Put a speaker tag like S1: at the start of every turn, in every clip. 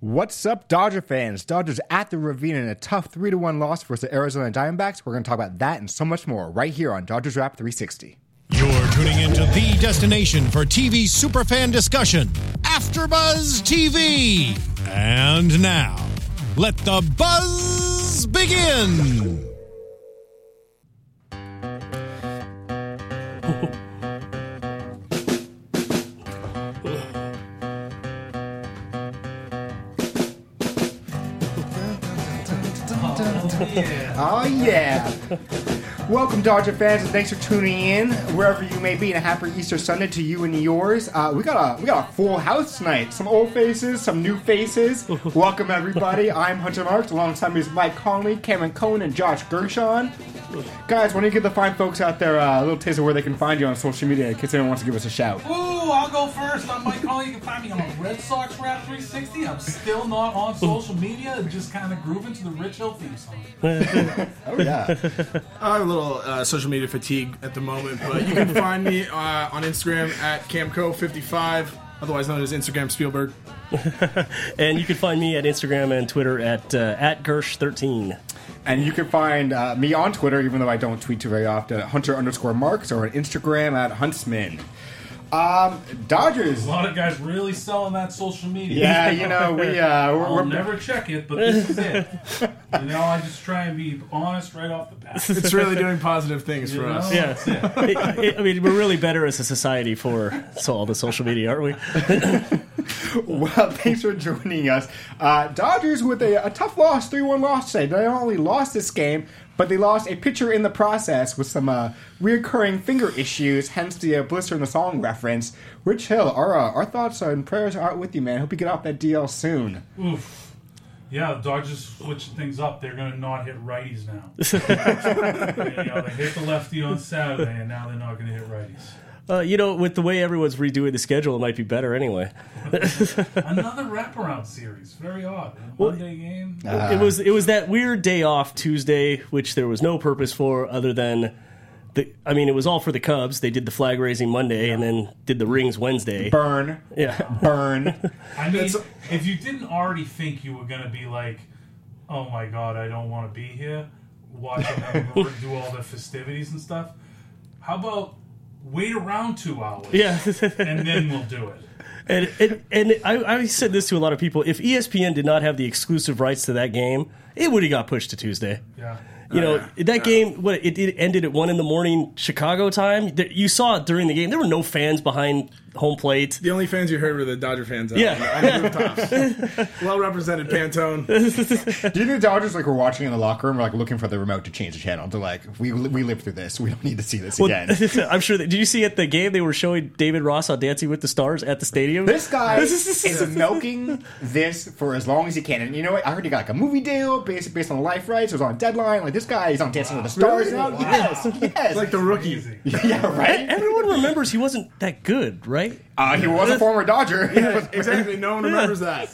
S1: What's up, Dodger fans? Dodgers at the Ravine in a tough 3 1 loss versus the Arizona Diamondbacks. We're going to talk about that and so much more right here on Dodgers Wrap 360.
S2: You're tuning into the destination for TV superfan discussion, AfterBuzz TV. And now, let the buzz begin.
S1: Oh, yeah. Welcome, Dodger fans, and thanks for tuning in wherever you may be. And a happy Easter Sunday to you and yours. Uh, we got a we got a full house tonight. Some old faces, some new faces. Welcome everybody. I'm Hunter Marks. Alongside me is Mike Conley, Cameron Cohen, and Josh Gershon. Guys, why don't you give the fine folks out there uh, a little taste of where they can find you on social media in case anyone wants to give us a shout?
S3: Ooh, I'll go first. I'm Mike Colley. You can find me on Red Sox Rap 360. I'm still not on social media. Just kind of grooving to the Rich Hill theme song.
S1: Oh yeah.
S4: I'm a little uh, social media fatigue at the moment, but you can find me uh, on Instagram at camco55, otherwise known as Instagram Spielberg.
S5: And you can find me at Instagram and Twitter at uh, at Gersh13.
S1: And you can find uh, me on Twitter, even though I don't tweet too very often, at Hunter underscore Marks, or on Instagram at Huntsman. Um, Dodgers.
S3: A lot of guys really selling that social media.
S1: Yeah, you know we uh, we're,
S3: I'll
S1: we're
S3: never check it, but this is it. you know, I just try and be honest right off the bat.
S4: It's really doing positive things
S3: You
S4: for
S3: know?
S4: us.
S5: Yeah. It- it- I mean, we're really better as a society for so all the social media, aren't we?
S1: well. Thanks for joining us. Uh, Dodgers with a, a tough loss, three one loss today. They not only lost this game, but they lost a pitcher in the process with some uh, reoccurring finger issues. Hence the uh, blister in the song reference. Rich Hill, our uh, our thoughts and prayers are out with you, man. Hope you get off that DL soon.
S3: Oof. Yeah, the Dodgers switching things up. They're going to not hit righties now. you know, they hit the lefty on Saturday, and now they're not going to hit righties.
S5: Uh, you know, with the way everyone's redoing the schedule, it might be better anyway.
S3: Another wraparound series. Very odd. Monday game.
S5: it was it was that weird day off Tuesday, which there was no purpose for other than the. I mean, it was all for the Cubs. They did the flag raising Monday and then did the rings Wednesday.
S1: Burn,
S5: Yeah.
S1: burn.
S3: I mean, if you didn't already think you were going to be like, oh my god, I don't want to be here, watching them do all the festivities and stuff, how about wait around two hours
S5: Yeah.
S3: and then we'll do it?
S5: And and, and I, I said this to a lot of people. If E ESPN did not have the exclusive rights to that game, it would have got pushed to Tuesday.
S3: Yeah.
S5: You know that game. What it, it ended at one in the morning Chicago time. Th- You saw it during the game. There were no fans behind home plate.
S4: The only fans you heard were the Dodger fans. Out
S5: Yeah.
S4: on the- on the rooftops. well represented Pantone.
S1: Do you think the Dodgers like were watching in the locker room, were like looking for the remote to change the channel? They're like, we we lived through this. We don't need to see this
S5: Well,
S1: again.
S5: I'm sure. That, did you see at the game they were showing David Ross on Dancing with the Stars at the stadium?
S1: This guy is milking this for as long as he can. And you know what? I heard he got like a movie deal based based on life rights. It was on deadline. Like this guy, he's on Dancing with the Stars
S4: Really?
S1: now.
S4: Wow.
S1: Yes, yes.
S4: like the rookie.
S3: Easy.
S1: yeah, right.
S5: Everyone remembers he wasn't that good, right?
S1: Uh, he was a former Dodger.
S4: Exactly. No one remembers that.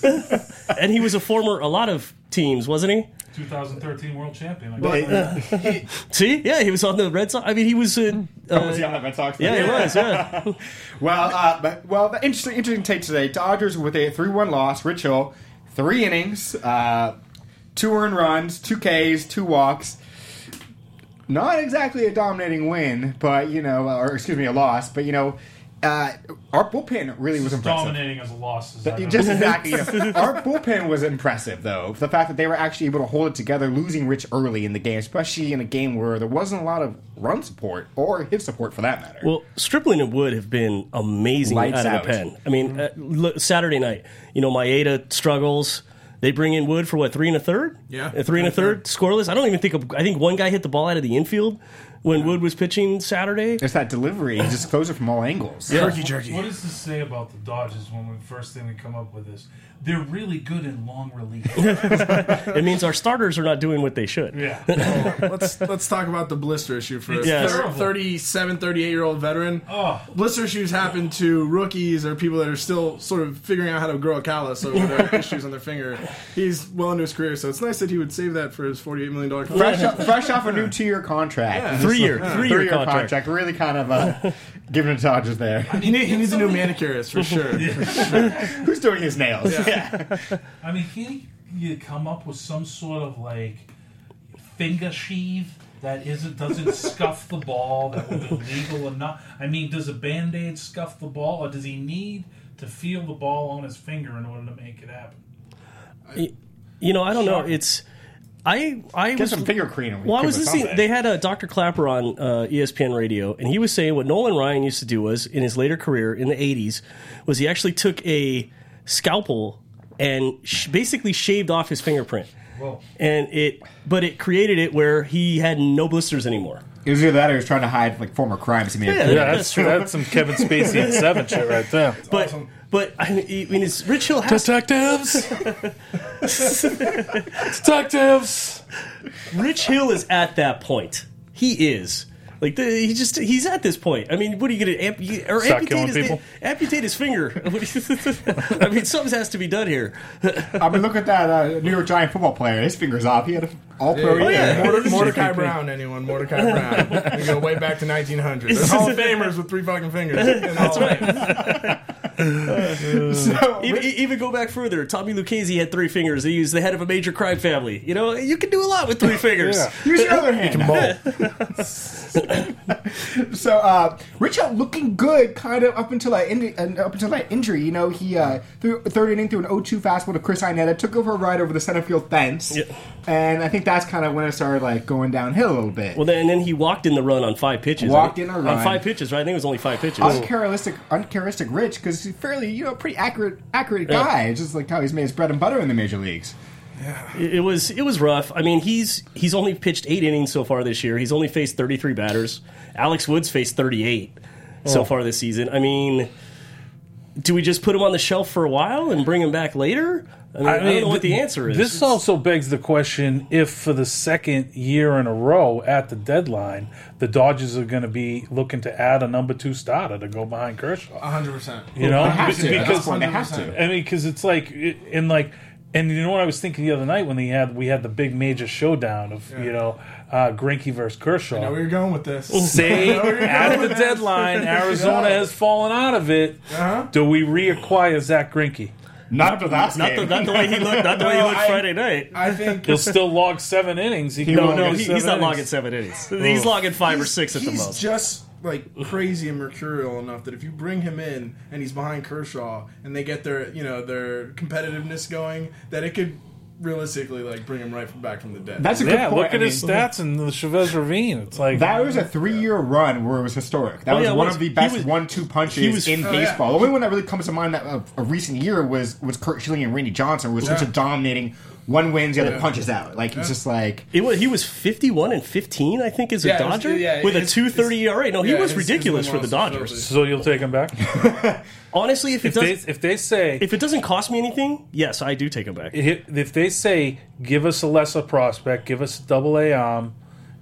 S5: And he was a former a lot of teams, wasn't he?
S3: 2013 world champion. I
S4: But,
S3: guess.
S4: uh, he-
S5: See, yeah, he was on the Red Sox. I mean, he was. Uh, uh,
S1: Was he on the Red Sox?
S5: yeah, he was. Yeah.
S1: Well, uh, but, well, the interesting, interesting take today. Dodgers with a three-one loss. Rich Hill, three innings, uh, two earned runs, two Ks, two walks. Not exactly a dominating win, but you know, or excuse me, a loss. But you know, uh, our bullpen really was impressive.
S3: Dominating as a loss. Is
S1: You Just exactly. Our bullpen was impressive, though. The fact that they were actually able to hold it together, losing Rich early in the game, especially in a game where there wasn't a lot of run support or hit support for that matter.
S5: Well, Stripling and Wood have been amazing
S1: Lights
S5: out of
S1: out.
S5: the pen. I mean, uh, look, Saturday night, you know, Maeda struggles. They bring in Wood for what three and a third?
S4: Yeah.
S5: Uh, three and a third scoreless. I don't even think. a- I think one guy hit the ball out of the infield when Wood was pitching Saturday.
S1: it's that delivery. He just throws it from all angles.
S4: Turkey jerky.
S3: What does this say about the Dodgers when we first thing we come up with is they're really good in long relief?
S5: It means our starters are not doing what they should.
S3: yeah.
S4: let's let's talk about the blister issue for a
S5: Yes.
S4: thir-
S3: terrible.
S4: 37, 38 year old veteran.
S3: Oh.
S4: Blister issues happen to rookies or people that are still sort of figuring out how to grow a callus over their issues on their finger. He's well into his career, so it's nice that he would save that for his forty-eight million dollar contract.
S1: fresh, off, fresh off a new two-year contract.
S5: Three year, three year
S1: Three-year
S5: contract.
S1: contract. Really kind of uh, Give it to Dodgers there.
S4: He, need- he needs a new manicurist for sure.
S1: Who's doing his nails?
S3: I mean, can you come up with some sort of like finger sheave that isn't doesn't scuff the ball that would be legal or not? I mean, does a band aid scuff the ball, or does he need to feel the ball on his finger in order to make it happen?
S5: You know, I don't know.
S3: Sure.
S5: It's I I
S1: Get
S5: was
S1: some finger cream. and we
S5: well, I
S1: could
S5: was
S1: do
S5: listening.
S1: something.
S5: They had a Dr. Clapper on uh, ESPN Radio, and he was saying what Nolan Ryan used to do was in his later career in the '80s was he actually took a scalpel and sh- basically shaved off his fingerprint,
S3: Well,
S5: and it but it created it where he had no blisters anymore.
S1: It was either that or he was trying to hide like former crimes he may have committed.
S6: Yeah, that's true. That's some Kevin Spacey and Seven shit right there.
S5: But but I mean, I mean, it's Rich Hill has
S6: Detectives, detectives.
S5: Rich Hill is at that point. He is. Like the, he just he's at this point. I mean, what are you gonna amp, you- or
S6: Stop
S5: amputate
S6: killing
S5: his,
S6: people?
S5: amputate his finger? I mean, something has to be done here.
S1: I mean, look at that uh, New York Giant football player. His finger's off. He had an all pro
S4: Oh,
S1: year.
S5: yeah.
S4: Morde- Mordecai Brown, anyone? Mordecai Brown. We go way back to 1900. There's Hall of Famers with three fucking fingers. That's right.
S1: So,
S5: Even, e-, even go back further. Tommy Lucchese had three fingers. He was the head of a major crime family. You know, you can do a lot with three fingers.
S6: Yeah.
S1: use your other hand. So uh, Rich Hill looking good, kind of up until that in- and up until that injury. You know, he uh, threw third inning through an 0-2 fastball to Chris Ineta, took over a ride over the center field fence, and I think that's kind of when it started like going downhill a little bit.
S5: Well, then and then he walked in the run on five pitches.
S1: Walked
S5: I
S1: in
S5: think-
S1: a run. Oh.
S5: on five pitches. Right? I think it was only five pitches.
S1: uncharacteristic, uncharacteristic Rich because he's fairly you know pretty accurate accurate guy. It's just like how he's made his bread and butter in the major leagues.
S5: It, it was it was rough. I mean, he's he's only pitched eight innings so far this year. He's only faced 33 batters. Alex Woods faced 38 so
S4: Oh.
S5: far this season. I mean, do we just put him on the shelf for a while and bring him back later? I mean, I, don't know what the
S6: th-
S5: answer is.
S6: This also begs the question if for the second year in a row at the deadline, the Dodgers are going to be looking to add a number two starter to go behind Kershaw.
S4: 100%.
S6: You know,
S1: It has to. At this
S6: because
S1: point, it has to.
S6: I mean, because it's like, it- and like, and you know what I was thinking the other night when they had we had the big major showdown of you know uh, Grinky versus Kershaw.
S4: Now we were going with this.
S6: Say
S4: I know where you're
S6: at
S4: going
S6: the
S4: with this.
S6: deadline, Arizona
S4: Yeah.
S6: has fallen out of it.
S4: Uh-huh.
S6: Do we reacquire Zach Grinky?
S1: Not after last
S5: not, the,
S1: game.
S5: not the way he looked. Not the way he
S4: No,
S5: looked
S4: I-
S5: Friday night.
S4: I think
S6: He'll still log seven innings. He,
S5: no,
S6: can
S5: no,
S6: log
S5: he,
S6: seven
S5: he's not
S6: innings.
S5: logging seven innings. He's logging five or six at the
S4: Oh. he's
S5: most.
S4: just like crazy and mercurial enough that if you bring him in and he's behind Kershaw and they get their you know their competitiveness going, that it could realistically like bring him right from back from the dead.
S1: That's a good
S6: Yeah,
S1: point.
S6: look
S1: I
S6: at his
S1: mean,
S6: stats in the Chavez Ravine. It's like
S1: That was a three-year run where it was historic. That
S5: Oh,
S1: was
S5: yeah, it
S1: one
S5: was.
S1: of the
S5: He
S1: best
S5: was-
S1: one-two punches
S5: he was-
S1: in
S5: oh,
S4: yeah.
S1: baseball. The only one that really comes to mind that of a recent year was was Kurt Schilling and Randy Johnson, who was such a dominating one wins, the other punches out. Like it's just like
S5: It was, he was 51 and 15, I think, as a
S4: Yeah, it was-
S5: Dodger
S4: yeah,
S5: with a
S4: his-
S5: 230 ERA. No, he
S4: yeah,
S5: was
S4: his- his
S5: ridiculous for the
S4: loss
S5: Dodgers.
S4: was
S6: so you'll take him back
S5: Honestly, if it
S6: if
S5: does,
S6: they if they say if,
S5: if it doesn't cost me anything, yes, I do take him back.
S6: if they say give us a lesser prospect, give us a double A arm,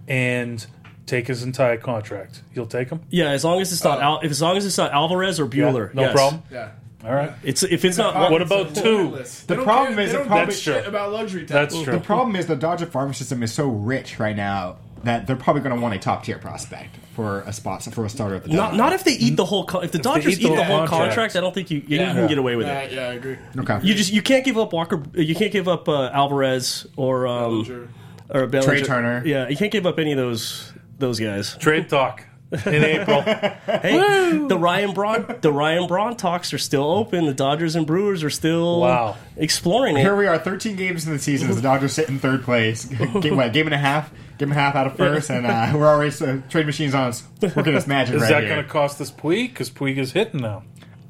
S6: and take his entire contract, you'll take him.
S5: Yeah, as long as it's not Al- if as long as it's not Alvarez or Bueller,
S6: no
S5: yes.
S6: problem.
S4: yeah.
S6: All right,
S5: It's if it's not
S6: What about two?
S1: The problem is
S4: they
S1: it
S4: don't
S1: probably-
S4: give a shit
S6: That's
S4: about luxury tax.
S6: That's true.
S1: the problem is the Dodger farm system is so rich right now that they're probably going to want a top-tier prospect for a spot for a starter at the
S5: Not,
S1: deadline.
S5: not if they eat the whole. Con- if the Dodgers
S6: eat
S5: eat
S6: the
S5: the,
S6: whole
S5: whole contract,
S6: contract.
S5: I don't think you, you
S4: Yeah.
S5: can get away with
S4: Yeah,
S5: it.
S4: yeah, I agree.
S1: okay.
S5: You just you can't give up Walker. You can't give up uh, Alvarez or um,
S4: Sure.
S5: or Bellinger.
S1: Turner.
S5: Yeah, you can't give up any of those those guys.
S6: Trade talk in April.
S5: Hey, the Ryan Braun the Ryan Braun talks are still open. The Dodgers and Brewers are still
S6: Wow.
S5: exploring
S1: Here
S5: it.
S1: we are, 13 games in the season. The Dodgers sit in third place. Game, what, game and a half? Game and a half out of first, and uh, we're already uh, trade machines on us working us magic
S6: Is
S1: right
S6: that
S1: here.
S6: going to cost us Puig? Because Puig is hitting now.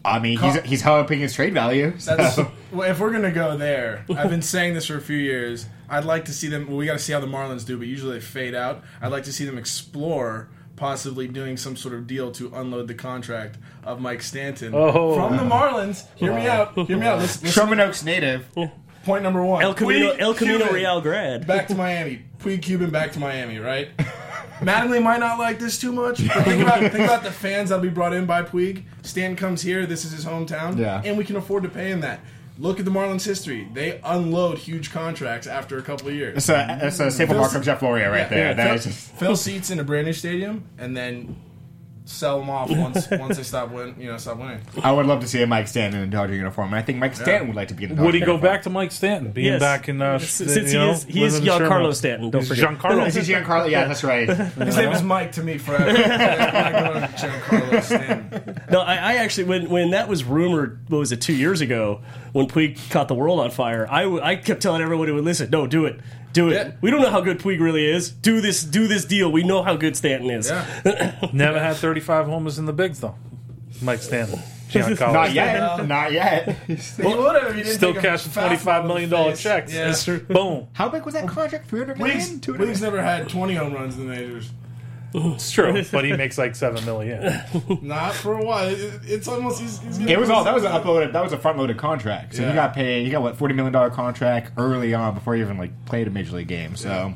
S1: I mean, he's, he's helping his trade value. so-
S4: That's, well, if we're gonna go there, I've been saying this for a few years. I'd like to see them. Well, we got to see how the Marlins do, but usually they fade out. I'd like to see them explore possibly doing some sort of deal to unload the contract of Mike Stanton
S6: Oh.
S4: from the Marlins. Hear me out. Hear me out. Listen, listen,
S1: Sherman Oaks native.
S4: point number one.
S5: El Camino
S4: Puig
S5: El Camino
S4: Cuban
S5: Real grad.
S4: back to Miami. Puig Cuban back to Miami. Right. Mattingly might not like this too much. But think about think about the fans that'll be brought in by Puig. Stan comes here. This is his hometown.
S1: Yeah.
S4: And we can afford to pay him that. Look at the Marlins' history. They unload huhuge contracts after a couple of years.
S1: That's a, that's a staple mark of Jeff Loria right there.
S4: Phil,
S1: That is just-
S4: Phil seats in a brand new stadium, and then sell them off once once they stop win. You know, stop winning.
S1: I would love to see a Mike Stanton in a Dodger uniform, and I think Mike Stanton would like to be in a Dodger
S6: Would he go
S1: uniform.
S6: back to Mike Stanton being
S5: Yes.
S6: back in uh,
S5: S-
S6: you
S5: since he
S6: know,
S5: is- he is
S6: living in Sherman?
S5: Giancarlo Stanton, don't
S6: He's
S5: forget.
S1: Is he
S6: Giancarlo.
S1: Giancarlo? Yeah, that's right.
S4: His name is Mike to me forever. I'm going to Giancarlo Stanton.
S5: No, I, I actually when when that was rumored, what was it, two years ago, when Puig caught the world on fire, I, w- I kept telling everyone who would listen, no, do it, do it.
S4: Yeah.
S5: We don't know how good Puig really is. Do this, do this deal. We know how good Stanton is.
S4: Yeah.
S6: Never had 35 homers in the bigs though. Mike Stanton, Giancarlo.
S1: Not yet. Not yet.
S4: He would have if he didn't
S6: Still
S4: take a
S6: cashing
S4: fastball
S6: $25
S4: in the
S6: million dollar
S4: face.
S6: checks.
S4: Yeah.
S5: That's true.
S6: Boom.
S1: How big was that contract? 300 million?
S4: Wiggs,
S1: Two
S4: Wiggs never had 20 home runs in the majors.
S6: It's true, but he makes like seven million.
S4: Not for a while. It- it- it's almost. He's, he's
S1: It was all that was an uploaded that was a front loaded contract. So you
S4: Yeah.
S1: got paid you got what forty million dollar contract early on before you even like played a major league game. So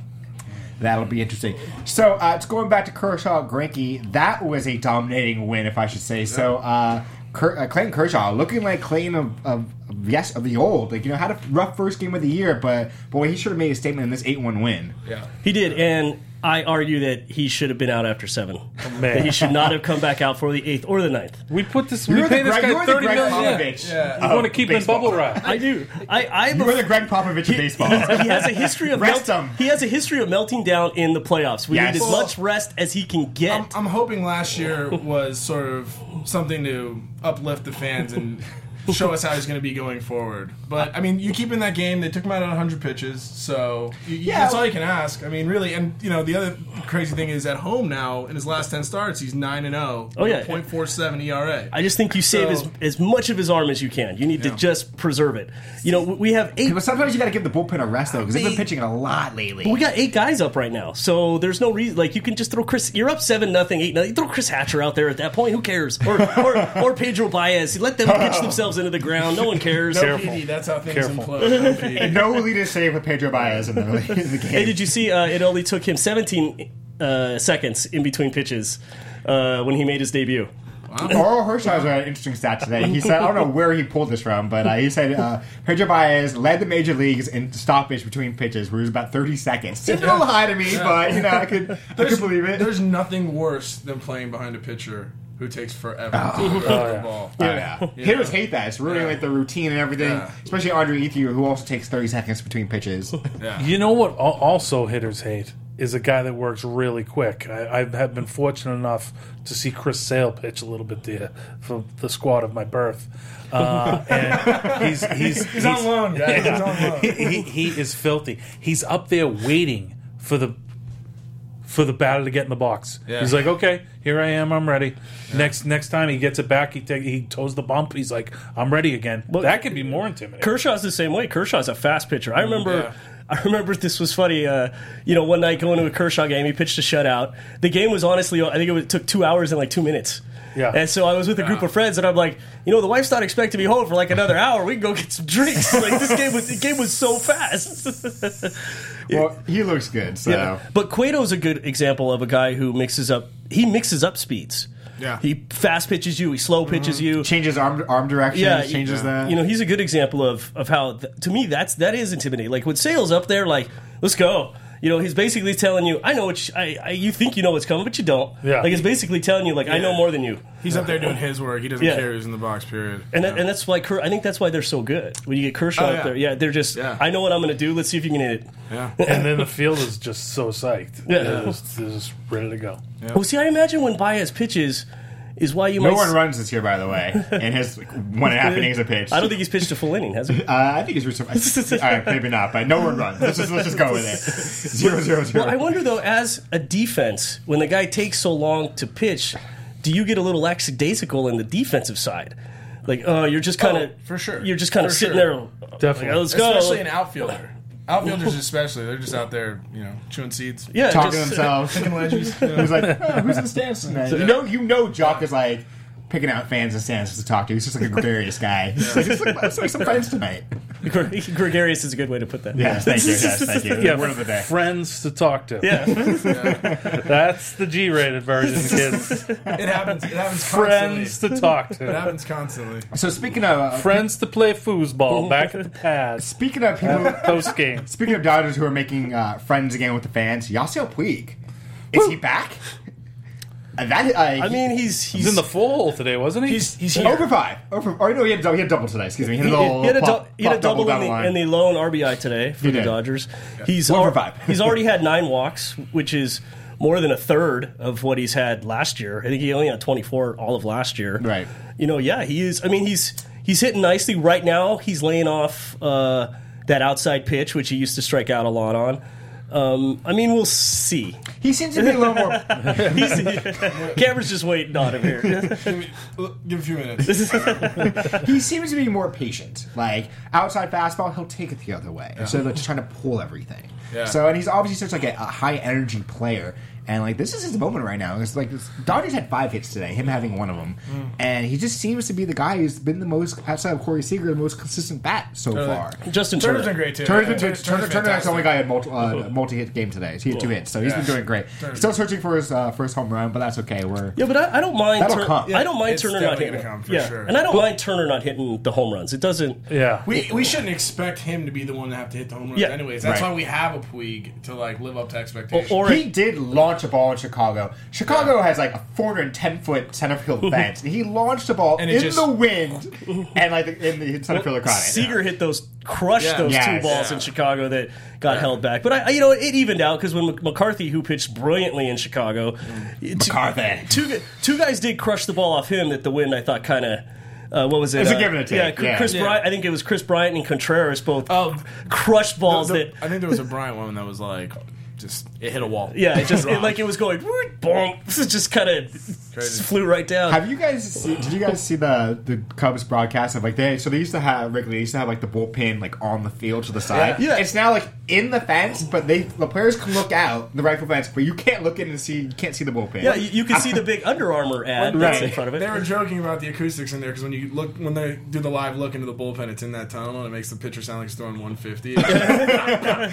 S1: that'll be interesting. So uh, it's going back to Kershaw Granke. That was a dominating win, if I should say. So uh, Ker- uh, Clayton Kershaw looking like Clayton of, of, of yes of the old. Like you know had a rough first game of the year, but boy he should have made a statement in this eight one win.
S4: Yeah.
S5: He did, and I argue that he should have been out after seven.
S1: Oh,
S6: Man.
S5: That he should not have come back out for the eighth or the ninth.
S6: We put this.
S1: You're
S6: we
S1: the
S6: pay this
S1: Greg,
S6: guy
S1: you're the
S6: thirty
S1: Greg
S6: million. Yeah.
S1: Popovich.
S4: Yeah.
S6: You want to keep him
S1: baseball.
S6: bubble wrap?
S5: I do. I I
S1: You were the Greg Popovich of baseball.
S5: he has a history of
S1: Rest
S5: melt-
S1: him.
S5: he has a history of melting down in the playoffs. We
S1: Yes.
S5: need as much rest as he can get.
S4: I'm, I'm hoping last year was sort of something to uplift the fans and show us how he's going to be going forward. But I mean, you keep in that game. They took him out at 100 pitches, so you, you- that's all you can ask. I mean, really. And you know, the other crazy thing is at home now. In his last 10 starts, he's nine and 0.
S5: Oh, yeah.
S4: .47 ERA.
S5: I just think you save
S4: So-
S5: as, as much of his arm as you can. You need to just preserve it. You know, we have eight.
S1: but sometimes you got to give the bullpen a rest though because they've been
S5: They-
S1: pitching a lot lately.
S5: We got eight guys up right now, so there's no reason. Like you can just throw Chris. You're up seven nothing, eight nothing. Throw Chris Hatcher out there at that point. Who cares? Or or, or Pedro Baez. Let them pitch themselves into the ground. No one cares.
S4: No PD, that's how things
S6: Careful.
S4: implode. No PD.
S1: no leader save with Pedro Baez in the, in the game.
S5: Hey, did you see? Uh, it only took him 17 uh, seconds in between pitches uh, when he made his debut.
S1: Oral Hershiser had an interesting stat today. He said, I don't know where he pulled this from, but uh, he said uh, Pedro Baez led the major leagues in stoppage between pitches, where it was about 30 seconds. Seems a little high to me, but you know, I could, I could believe it.
S4: There's nothing worse than playing behind a pitcher who takes forever to throw the ball.
S1: Oh, yeah. Hitters hate that. It's ruining like the routine and everything,
S4: Yeah.
S1: especially Andre Ethier, who also takes 30 seconds between pitches.
S6: You know what? al- Also, hitters hate is a guy that works really quick. I, I have been fortunate enough to see Chris Sale pitch a little bit there for the squad of my birth, uh, and he's he's he's,
S4: He's on loan, guys. He's on loan.
S6: he, he, he is filthy. He's up there waiting for the for the batter to get in the box.
S4: Yeah.
S6: He's like, okay, here I am, I'm ready. Next next time he gets it back, he take, he toes the bump. He's like, I'm ready again. that could be more intimidating.
S5: Kershaw's the same way. Kershaw's a fast pitcher. I remember.
S4: yeah.
S5: I remember this was funny. Uh, you know, one night going to a Kershaw game, he pitched a shutout. The game was honestly, I think it, was, took two hours and like two minutes.
S6: Yeah.
S5: And so I was with a group of friends, and I'm like, you know, the wife's not expecting me home for like another hour. We can go get some drinks. Like this game was, the game was so fast.
S1: well, he looks good, so.
S5: Yeah. But Cueto's a good example of a guy who mixes up. He mixes up speeds.
S4: Yeah.
S5: He fast pitches you. He slow pitches you.
S1: Changes arm, arm direction,
S5: Yeah, you-
S1: changes that.
S5: You know, he's a good example of of how th- to me that's that is intimidating. Like when Sale's up there, like let's go. You know, he's basically telling you, I know what you, I, I you think you know what's coming, but you don't.
S6: Yeah.
S5: Like it's basically telling you, like I know more than you,
S4: He's up there doing his work. He doesn't
S5: Yeah.
S4: care who's in the box. Period.
S5: and that, and that's why Ker- I think that's why they're so good. When you get Kershaw
S4: Oh,
S5: up
S4: yeah.
S5: there, yeah, they're just
S4: Yeah.
S5: I know what I'm going to do. Let's see if you can hit it.
S4: yeah.
S6: and then the field is just so psyched.
S5: Yeah.
S6: They're just, they're just ready to go.
S5: Well, see, I imagine when Baez pitches is why you
S1: no
S5: might.
S1: one
S5: s-
S1: runs this year, by the way, and his like, one and a half innings of pitch.
S5: I don't think he's pitched a full inning, has he?
S1: Uh, I think he's reached. All right, maybe not, but no one runs. Let's just let's just go with it. Zero zero zero.
S5: Well, I wonder though, as a defense, when the guy takes so long to pitch, do you get a little lackadaisical in the defensive side? Like, oh, you're just kind of
S4: Oh, for sure.
S5: You're just kind of
S4: For
S5: sitting
S4: sure.
S5: there. like,
S6: Definitely.
S5: let's go.
S4: Especially an outfielder. Outfielders, especially, they're just out there, you know, chewing seeds.
S5: yeah,
S1: Talking to
S5: just-
S1: themselves.
S4: Picking ledges.
S1: He's like, "Oh, who's in the stands tonight? You know, you know, Jock is like picking out fans in the stands to talk to. He's just like a gregarious guy. He's like, it's like, it's like some friends tonight.
S5: Gre- gregarious is a good way to put that.
S1: Yes, thank you. Yes, thank you.
S6: Yeah,
S1: Word of the day.
S6: friends to talk to.
S5: Yeah.
S6: That's the G-rated version, kids.
S4: It happens. It happens constantly.
S6: friends
S4: It
S6: to talk to.
S4: happens constantly.
S1: So speaking of uh,
S6: Friends to play foosball back at the pads.
S1: speaking of people,
S6: Post game.
S1: speaking of Dodgers who are making uh, friends again with the fans, Yasiel Puig, is he back? That I,
S5: I mean, he's he's,
S6: He's in the full today, wasn't he?
S4: He's he's here.
S1: over five. Over, oh no, he had, dou- he had double tonight. Excuse me. He had,
S5: He,
S1: a little,
S5: he had a,
S1: pop-
S5: dou- he had a
S1: pop
S5: double
S1: down
S5: in the,
S1: line.
S5: in the lone RBI today for
S1: He
S5: the
S1: did.
S5: Dodgers. He's
S1: One for
S5: al-
S1: five.
S5: he's already had nine walks, which is more than a third of what he's had last year. I think he only had 24 all of last year.
S1: Right.
S5: You know, yeah, he is. I mean, he's he's hitting nicely right now. He's laying off uh, that outside pitch, which he used to strike out a lot on. Um, I mean, we'll see.
S1: He seems to be a little more.
S5: He's, camera's just waiting on him here.
S4: Give me- give a few minutes.
S1: he seems to be more patient. Like outside fastball, he'll take it the other way instead of like, just trying to pull everything.
S4: Yeah.
S1: So and he's obviously such like a, a high energy player. And like this is his moment right now. It's like this, Dodgers had five hits today, him having one of them,
S5: Mm.
S1: and he just seems to be the guy who's been the most outside of Corey Seager, the most consistent bat so
S5: Oh,
S1: far.
S5: Justin
S4: Turner's
S5: Turner.
S4: been great too.
S1: Turner's been
S4: Yeah,
S1: Turner, Turner's the
S4: fantastic.
S1: only guy who had multi, uh, multi-hit game today. He had two hits, so he's been
S4: Yeah.
S1: doing great. Still searching for his uh, first home run, but that's okay. We're
S5: Yeah, but I, I don't mind.
S1: That'll
S5: Tur-
S1: come.
S5: I don't mind
S4: It's
S5: Turner not
S4: definitely
S5: hitting.
S4: gonna come, for
S5: yeah,
S4: sure.
S5: and I don't mind Turner not hitting the home runs. It doesn't.
S6: yeah.
S4: We, we shouldn't expect him to be the one to have to hit the home runs,
S5: Yeah.
S4: anyways. That's
S1: Right.
S4: why we have a Puig to like live up to expectations.
S5: Or
S1: he did launch a ball in Chicago. Chicago has like a 410 foot center field fence, and he launched a ball
S4: And it
S1: in
S4: just-
S1: the wind and like the, in the center fielder caught it.
S5: Seager hit those, crushed
S4: Yeah.
S5: those
S1: Yes.
S5: two balls
S4: Yeah.
S5: in Chicago that got held back. But I, I- you know, it evened out because when Mc- McCarthy, who pitched brilliantly in Chicago, two-
S1: Mm. McCarthy.
S5: two gu- two guys did crush the ball off him. That the wind, I thought, kind of. Uh, what was it?
S1: It's a
S5: Uh,
S1: give and a take,
S5: Yeah, Cr-
S1: yeah.
S5: Chris
S1: Yeah.
S5: Bryant. I think it was Chris Bryant and Contreras both
S4: Oh.
S5: crushed balls
S4: The- the-
S5: that.
S4: I think there was a Bryant one that was like just it hit a wall.
S5: Yeah, it just it,
S4: Wrong.
S5: like it was going "Woot, bonk. It just kind of
S4: Crazy.
S5: flew right down.
S1: Have you guys see, did you guys see the the Cubs broadcast of like they so they used to have regularly they used to have like the bullpen like on the field to the side.
S5: Yeah. Yeah.
S1: It's now like in the fence, but they the players can look out the rifle fence, but you can't look in and see you can't see the bullpen.
S5: Yeah, you, you can see the big Under Armour ad that's in
S1: Right.
S5: front of it.
S4: They were joking about the acoustics in there because when you look when they do the live look into the bullpen, it's in that tunnel and it makes the pitcher sound like he's throwing 150. Yeah.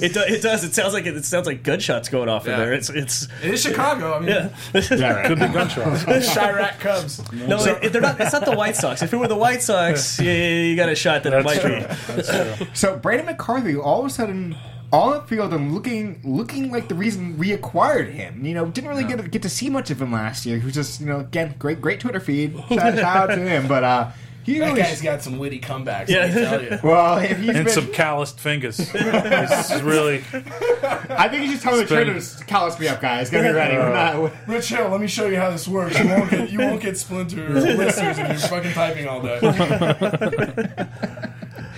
S5: It, do, it does. It sounds like it, it sounds like gunshots going off
S4: Yeah.
S5: in there. It's it's
S4: it is Chicago. I mean,
S5: yeah.
S1: Yeah, right.
S6: Could be gunshots.
S4: Chirac Cubs.
S5: No, it, they're not. It's not the White Sox. If it were the White Sox, yeah, yeah, you got a shot that it
S6: That's
S5: might
S6: true.
S5: be.
S6: That's true.
S1: So Brandon McCarthy, all of a sudden, all up field and looking, looking like the reason we acquired him. You know, didn't really get get to see much of him last year. He was just, you know, again, great, great Twitter feed. Shout, shout out to him, but uh, he
S4: That
S1: really.
S4: guy's got some witty comebacks.
S5: Yeah.
S4: Yeah. I tell you.
S1: well, if he's
S6: And
S1: been,
S6: some calloused fingers. This is really.
S1: I think he's just telling the
S6: been-
S1: traders, "Callous me up, guys. Get me ready." We're not-
S4: Rich Hill, let me show you how this works. You won't get you won't get splinter or blisters if you're fucking typing all day.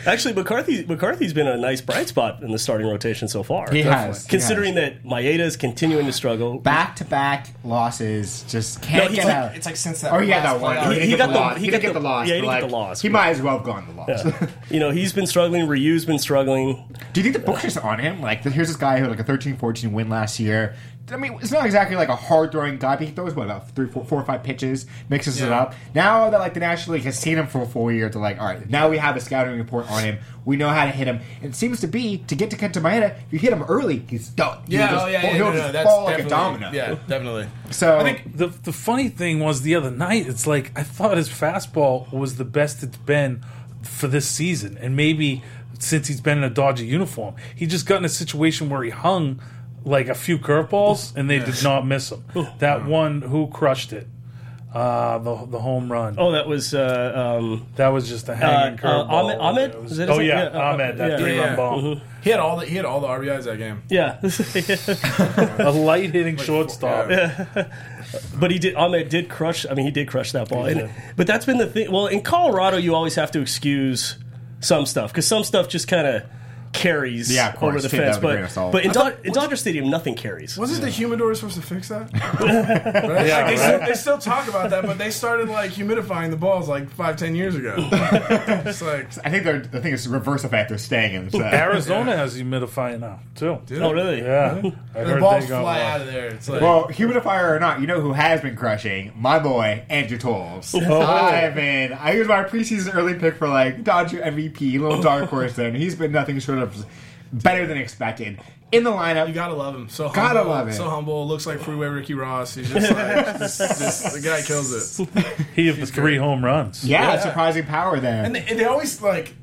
S5: Actually, McCarthy McCarthy's been a nice bright spot in the starting rotation so far.
S1: He has,
S5: Considering that Maeda is continuing to struggle.
S1: back to back losses, just can't
S5: he's
S1: get
S5: like-
S1: out.
S4: It's like since that.
S1: Oh, he got
S4: last
S1: that one.
S4: playoff-
S5: He-
S1: didn't
S5: he
S1: get
S5: got the-
S1: loss.
S5: he
S1: He
S5: got
S1: didn't get
S5: the-
S1: the loss.
S5: yeah, he
S1: but,
S5: didn't get
S1: like,
S5: the loss,
S1: He
S5: but-
S1: might as well have gone the loss.
S5: Uh, you know, he's been struggling. Ryu's been struggling.
S1: Do you think the book is on him? Like, here's this guy who had like a 13 14 win last year. I mean, it's not exactly like a hard throwing guy, but he throws what about three, four, four or five pitches, mixes it
S4: Yeah.
S1: up. Now that like the National League has seen him for a full year, they're like, all right, now we have a scouting report on him. We know how to hit him. It seems to be to get to Kenta Maeda, if you hit him early, he's done. He'll
S4: Yeah,
S1: just
S4: oh, yeah,
S1: fall-
S4: yeah,
S1: he'll
S4: no, no,
S1: just
S4: that's
S1: fall like a
S4: definitely-
S1: domino.
S4: Yeah, definitely.
S1: So
S6: I think the the funny thing was the other night. It's like I thought his fastball was the best it's been for this season, and maybe since he's been in a Dodger uniform, he just got in a situation where he hung like a few curveballs, and they did not miss him. That one who crushed it, uh, the the home run.
S5: Oh, that was uh, um,
S6: That was just a
S5: uh,
S6: hanging
S5: uh,
S6: curveball.
S5: Ahmed. Ahmed?
S6: It
S5: Is
S6: was-
S5: that his
S6: oh
S5: name?
S6: yeah,
S5: uh,
S6: Ahmed. That
S5: yeah. Mm-hmm.
S6: three
S4: Yeah.
S6: run bomb.
S4: He had all the he had all the RBIs that game.
S5: Yeah.
S6: A light hitting shortstop.
S4: Yeah.
S5: But he did. Ahmed did crush. I mean, he did crush that ball. And, but that's been the thing. Well, in Colorado, you always have to excuse some stuff because some stuff just kind of carries
S1: Yeah, of course.
S5: over the
S1: Take that
S5: fence.
S1: with a grain of
S5: But
S1: salt.
S5: but in, Dod in Dodger Stadium, nothing carries.
S4: Was it the humidor supposed to fix that? yeah, they, Still, they still talk about that, but they started like humidifying the balls like five, ten years ago. it's like,
S1: I think they're, I think it's reverse effect. They're staying in. uh, So.
S6: Arizona has humidifying now too.
S5: Oh, really?
S6: Yeah, I
S4: the
S6: heard
S4: balls
S6: they got
S4: fly
S6: one.
S4: out of there. It's like,
S1: Well, humidifier or not, you know who has been crushing? My boy, Andrew Tolles. I've been. I was my preseason early pick for like Dodger MVP, little dark horse there, and he's been nothing short of better than expected in the
S4: you
S1: lineup.
S4: gotta love him. So
S1: Gotta
S4: humble,
S1: love it.
S4: So humble. Looks like freeway Ricky Ross. He's just like, this, this, the guy kills it.
S6: He hit the three home runs.
S1: Yeah,
S4: Yeah.
S1: surprising power there.
S4: And they, and they always like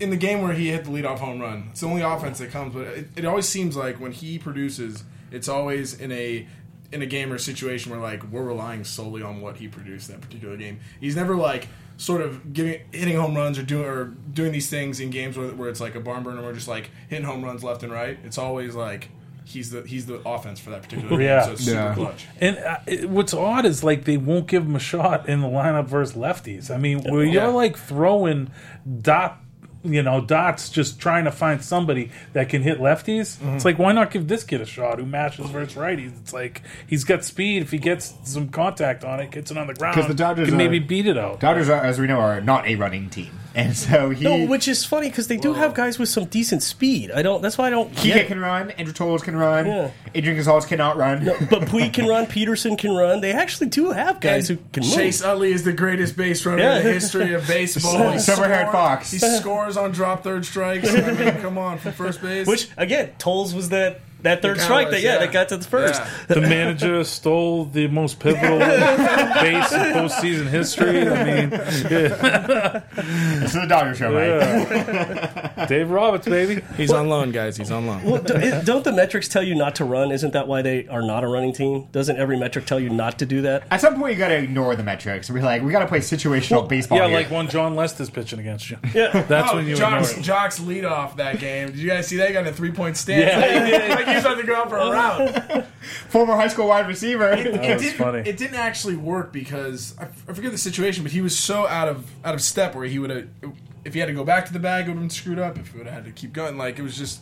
S4: in the game where he hit the leadoff home run. It's the only offense that comes, but it, it always seems like when he produces, it's always in a in a game or a situation where like we're relying solely on what he produced in that particular game. He's never like sort of giving hitting home runs or doing or doing these things in games where, where it's like a barn burner where just like hitting home runs left and right. It's always like he's the he's the offense for that particular game.
S6: Yeah.
S4: So it's super
S1: Yeah.
S4: clutch.
S6: And uh, it, what's odd is like they won't give him a shot in the lineup versus lefties. I mean, where
S4: Yeah.
S6: you're like throwing dot, you know, dots just trying to find somebody that can hit lefties.
S1: Mm-hmm.
S6: It's like why not give this kid a shot who matches versus righties? It's like he's got speed. If he gets some contact on it, gets it on the ground,
S1: 'Cause the Dodgers
S6: can
S1: are-
S6: maybe beat it out.
S1: Dodgers, uh, as we know, are not a running team, and so he
S5: No, which is funny because they do have guys with some decent speed. I don't. That's why I don't.
S1: Kike
S5: Get,
S1: can run, Andrew Torres can run,
S5: Yeah.
S1: Adrian Gonzalez cannot run.
S5: but Puig can run. Peterson can run. They actually do have guys who can
S4: Chase
S5: move.
S4: Utley is the greatest base runner
S5: Yeah.
S4: in the history of baseball. He
S1: Silver haired
S4: scored-
S1: fox.
S4: He scores on drop third strikes. I mean, come on, from first base.
S5: Which again, Tolles was that that third
S4: Kinda
S5: strike
S4: was,
S5: that yeah,
S4: yeah.
S5: that got to the first.
S4: Yeah.
S6: The manager stole the most pivotal base in postseason history. I mean,
S1: This is the Dodger show, Mike.
S6: yeah. Dave Roberts, baby.
S4: He's on loan, guys. He's on loan.
S5: Well, do- it- don't the metrics tell you not to run? Isn't that why they are not a running team? Doesn't every metric tell you not to do that?
S1: At some point, you got to ignore the metrics. We're like, we got to play situational baseball.
S6: Yeah,
S1: here.
S6: like when John Lester's pitching against you.
S5: Yeah.
S6: That's
S4: Oh,
S6: when you ignore
S4: Jock's,
S6: it.
S4: Jock's lead off that game. Did you guys see that? He got a three point stance.
S6: Yeah.
S4: like he was about to go out for a round.
S1: former high school wide receiver.
S4: it
S6: was
S4: didn't,
S6: funny.
S4: It didn't actually work because I, f- I forget the situation, but he was so out of out of step where he would have, if he had to go back to the bag, it would have been screwed up. If he would have had to keep going, like it was just,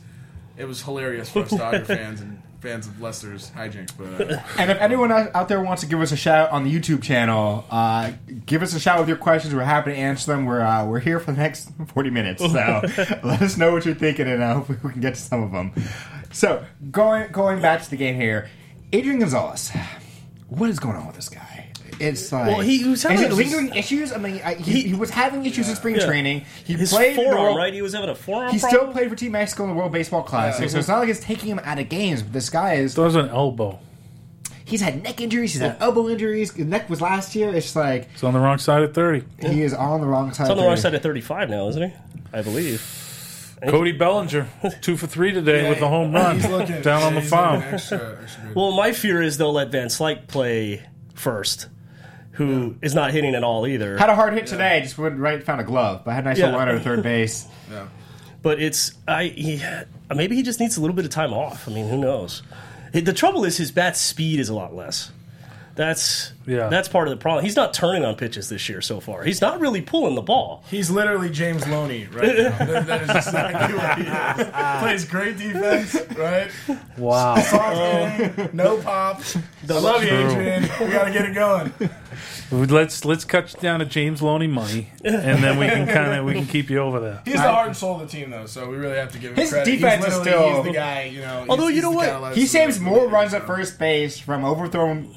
S4: it was hilarious for us Dodger fans and fans of Lester's hijinks. But uh,
S1: and if anyone out out there wants to give us a shout on the YouTube channel, uh, give us a shout with your questions. We're happy to answer them. We're uh, we're here for the next forty minutes, so let us know what you're thinking, and uh, hopefully we can get to some of them. So going going back to the game here, Adrian Gonzalez, what is going on with this guy? It's like
S5: Well, he was having
S1: is it
S5: a-
S1: lingering issues? I mean, I, he, he,
S5: He-
S1: was having issues in spring training. He
S5: His
S1: played in the
S5: forearm,
S1: World-
S5: right? He was having a forearm.
S1: He
S5: problem?
S1: still played for Team Mexico in the World Baseball Classic, so it's not like it's taking him out of games. But this guy is
S6: That was an elbow.
S1: He's had neck injuries. He's had elbow injuries. His neck was last year. It's just like
S6: It's on the wrong side of 30.
S1: he is on the wrong side.
S5: He's on the
S1: of
S5: wrong
S1: thirty.
S5: side of 35 now, isn't he? I believe.
S6: Cody Bellinger, two for three today with a home run
S4: he's looking
S6: down on the
S4: he's
S6: farm.
S4: looking extra- extra good.
S5: Well, my fear is they'll let Van Slyke play first, who is not hitting at all either.
S1: Had a hard hit today. Just went right, found a glove, but had a nice little
S5: Yeah.
S1: runner at third base.
S4: Yeah.
S5: but it's I he, maybe he just needs a little bit of time off. I mean, who knows? The trouble is his bat speed is a lot less. That's
S6: Yeah.
S5: That's part of the problem. He's not turning on pitches this year so far. He's not really pulling the ball.
S4: He's literally James Loney right now. That- that is exactly what he is. Plays great defense, right?
S6: Wow.
S4: Soft hitting, no pop. I love you, Adrian. We gotta get it going.
S6: let's let's cut you down to James Loney money, and then we can kind of we can keep you over there.
S4: He's the heart and soul of the team, though, so we really have to give him
S1: His
S4: credit.
S1: defense is
S4: he's literally-
S1: still-
S4: he's the guy. You know,
S5: Although,
S4: he's-
S5: you know
S4: he's the
S5: what?
S4: guy that lets
S1: He
S4: the-
S1: saves more
S4: the-
S1: runs at first base from overthrown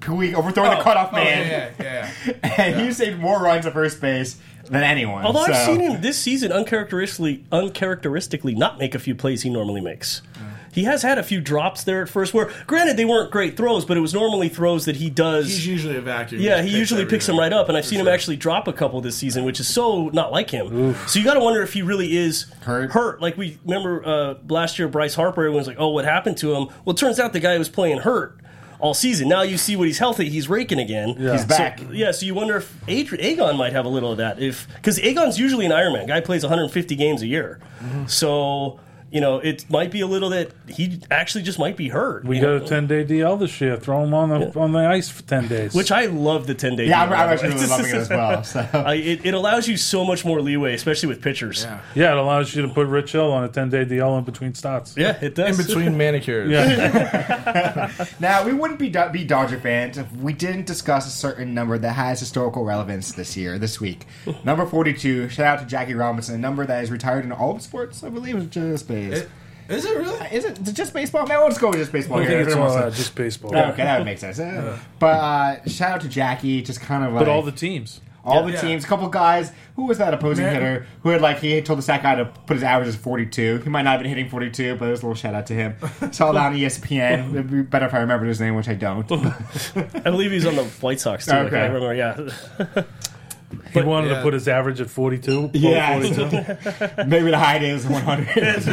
S1: Puig overthrowing the cutoff
S4: Oh,
S1: man,
S4: yeah, yeah, yeah.
S1: and he saved more runs at first base than anyone.
S5: Although I've
S1: so-
S5: seen him this season uncharacteristically uncharacteristically not make a few plays he normally makes. He has had a few drops there at first where granted they weren't great throws, but it was normally throws that he does
S4: He's usually a vacuum.
S5: Yeah, he usually picks them right up, and I've seen him actually drop a couple this season, which is so not like him. So you got to wonder if he really is
S1: Hurt.
S5: Like we remember uh, last year, Bryce Harper, everyone's like, "Oh, what happened to him?" Well, it turns out the guy was playing hurt all season. Now you see when he's healthy, he's raking again.
S1: He's back.
S5: So, yeah, so you wonder if Adri- Aegon might have a little of that, if because Aegon's usually an Ironman guy, plays 150 games a year,
S1: Mm-hmm.
S5: so. You know, it might be a little that he actually just might be hurt.
S6: We
S5: you know?
S6: got a ten day DL this year. Throw him on the on the ice for ten days.
S5: which I love the 10 day.
S1: yeah, I'm,
S5: deal,
S1: I'm
S5: by the
S1: actually
S5: way.
S1: really loving it as well. So.
S5: I, it, it allows you so much more leeway, especially with pitchers. Yeah,
S6: yeah, it allows you to put Rich Hill on a ten day DL in between starts.
S5: it does.
S4: in between manicures.
S6: Yeah.
S1: Now, we wouldn't be Do- be Dodger fans if we didn't discuss a certain number that has historical relevance this year, this week. number 42, shout out to Jackie Robinson, a number that is retired in all of sports, I believe, or just base.
S4: Is it really?
S1: Is it is it just baseball? Man, we'll just go with just baseball
S6: I
S1: here.
S6: think it's all
S1: Everyone
S6: uh,
S1: wants
S6: just baseball.
S1: to- Okay, that would make sense. Eh. But uh, shout out to Jackie, just kind of like
S6: But all the teams.
S1: all the
S4: Yeah.
S1: teams. A couple guys. Who was that opposing
S4: Man.
S1: hitter who had like he told the sack guy to put his average as 42? He might not have been hitting 42, but there's a little shout out to him. Saw that on E ESPN. It'd be better if I remembered his name, which I don't.
S5: I believe he's on the White Sox too. Like,
S1: Okay.
S5: I remember, yeah.
S6: He wanted
S4: yeah.
S6: to put his average at 42.
S1: Yeah. Maybe the height is 100. it's a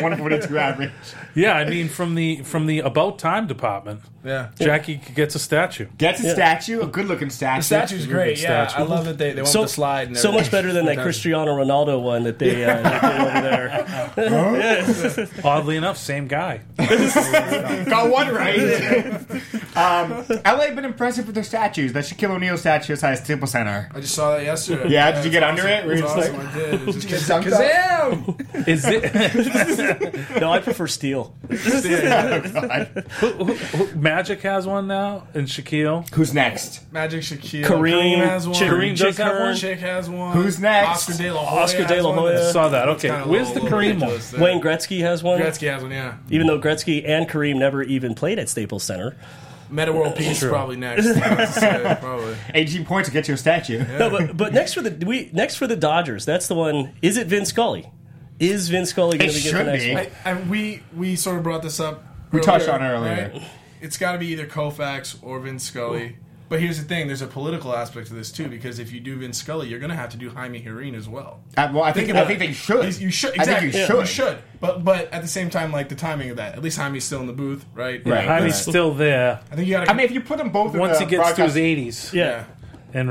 S1: 142 average.
S6: Yeah, I mean from the from the about time department.
S4: Yeah.
S6: Jackie gets a statue.
S1: That's a statue, a good looking statue.
S4: Statue's great. Yeah,
S6: statue.
S4: I love that they they went with the slide. And
S5: so much
S4: everything.
S5: better than that Cristiano Ronaldo one that they uh, that did over there.
S6: Oddly enough, same guy.
S1: Got one right. um, LA been impressive with their statues. That Shaquille O'Neal statue outside the Staples Center.
S4: I just saw that yesterday.
S1: Yeah, did you get
S4: it's
S1: under it? Were
S4: It's
S1: you just
S4: awesome. I did. It was just
S1: Just
S4: Kaz-
S1: dunked up?
S4: Kazam!
S6: Is it
S5: No, I prefer steel.
S6: Magic has one now and Shaquille?
S1: Who's next?
S4: Magic Shaquille.
S5: Kareem,
S4: has one.
S5: Chick-
S6: Kareem does
S4: Chick
S6: have one?
S4: Chick has one.
S1: Who's next?
S4: Oscar De La Hoya.
S5: Oscar De La
S4: has one.
S5: Hoya.
S4: That's
S6: Saw that. Okay.
S4: kinda
S6: Where's
S4: a
S6: the
S4: little
S6: Kareem one?
S4: ridiculous there.
S5: Wayne Gretzky has one,
S4: Gretzky has one, yeah.
S5: even though Gretzky and Kareem never even played at Staples Center.
S4: Meta World Peace is probably next. I would say, probably.
S1: 18 points to get you a statue.
S5: No, but but next for the we next for the Dodgers, that's the one. Is it Vin Scully? Is Vin Scully going
S1: It
S5: to get the
S1: should
S5: next
S1: be.
S5: one?
S4: I, I, we we sort of brought this up.
S1: We touched on it earlier.
S4: It's got to be either Koufax or Vince Scully. But here's the thing: there's a political aspect to this too, because if you do Vince Scully, you're going to have to do Jaime Herrin as well.
S1: Uh, well, I think,
S4: about
S1: I think
S4: it.
S1: they should.
S4: You- You should.
S1: I
S4: Exactly.
S1: think you should.
S4: You should. But but at the same time, like the timing of that. At least Jaime's still in the booth, right?
S1: Right.
S6: I mean, he's still there.
S4: I think you got.
S1: I mean, if you put them both in
S6: Once
S1: the
S6: he gets to his
S1: broadcast-
S6: 80s
S5: yeah.
S6: and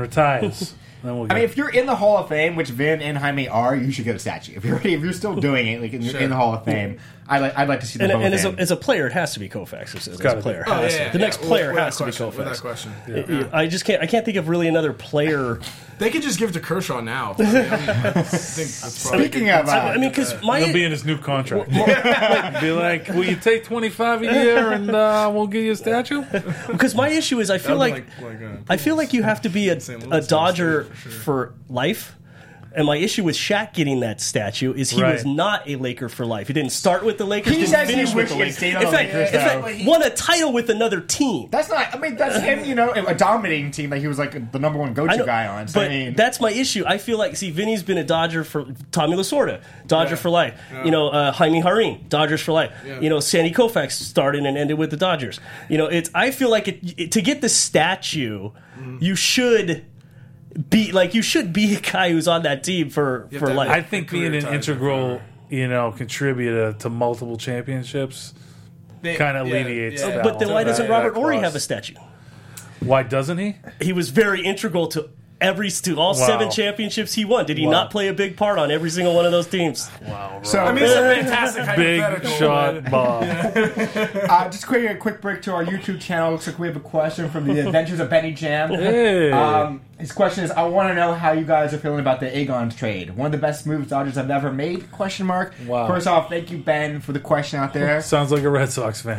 S6: retires, then we'll
S1: I
S6: get
S1: mean, if you're in the Hall of Fame, which Vin and Jaime are, you should get a statue. If you're if you're still doing it, like in,
S4: Sure.
S1: in the Hall of Fame, I like I'd like to see them
S5: And,
S1: both.
S5: and as, a,
S1: in.
S5: as a player, it has to be Koufax. As, as
S6: gotta
S5: a
S6: be.
S5: player,
S4: Oh,
S5: has
S4: yeah,
S5: to- the
S4: yeah,
S5: next
S4: yeah.
S5: player
S4: Without
S5: has to be
S4: question, Without
S5: Koufax.
S4: question.
S5: I just can't. I can't think of really another player.
S4: They could just give it to Kershaw now. I mean, I think that's probably-
S1: Speaking of, uh,
S5: I mean, because
S6: He'll be
S5: my
S6: in his new contract. be like, will you take 25 a year and uh, we'll give you a statue?
S5: because my issue is I feel
S4: That'd
S5: like,
S4: be like- like, uh,
S5: I feel like you have to be a,
S4: St. Louis
S5: a
S4: has a
S5: Dodger
S4: statue
S5: for,
S4: for sure.
S5: life. And my issue with Shaq getting that statue is he was
S6: Right.
S5: not a Laker for life. He didn't start with the Lakers.
S1: He
S5: didn't
S1: says he
S5: finish with
S1: wished
S5: the
S1: he had stayed
S5: Lakers. In
S1: on the
S5: fact,
S1: Lakers,
S5: in
S1: though.
S5: fact, won a title with another team.
S1: that's not. I mean, that's him. You know, a dominating team that he was like the number one
S5: I
S1: go-to
S5: know,
S1: guy on. So,
S5: but
S1: I mean,
S5: that's my issue. I feel like see, Vinny's been a Dodger for Tommy Lasorda, Dodger
S4: Yeah.
S5: for life. You know, uh, Jaime Harin, Dodgers for life.
S4: Yeah.
S5: You know, Sandy Koufax started and ended with the Dodgers. You know, it's I feel like it, it- to get the statue,
S4: Mm-hmm.
S5: you should be like you should be a guy who's on that team for
S4: have to
S5: for
S4: have
S5: life.
S6: I think being
S4: Career
S6: an
S4: ties
S6: integral, you know, contributor to multiple championships,
S4: They-
S6: kinda
S4: yeah,
S6: alleviates
S4: yeah.
S6: that.
S5: but then why doesn't
S4: Yeah,
S5: Robert
S4: that
S5: Ory
S4: cross.
S5: have a statue?
S6: why doesn't he?
S5: He was very integral to. Every to all
S6: Wow.
S5: seven championships he won, did he
S6: Wow.
S5: not play a big part on every single one of those teams?
S1: so
S4: I mean, it's a fantastic
S6: Big
S4: hypothetical.
S6: shot Bob.
S1: uh, just quick, a quick break to our YouTube channel. Looks like we have a question from the Adventures of Benny Jam.
S6: Hey.
S1: Um, his question is: I want to know how you guys are feeling about the Aegon trade. One of the best moves Dodgers have ever made? Question mark.
S6: Wow.
S1: First off, thank you, Ben, for the question out there.
S6: Sounds like a Red Sox fan.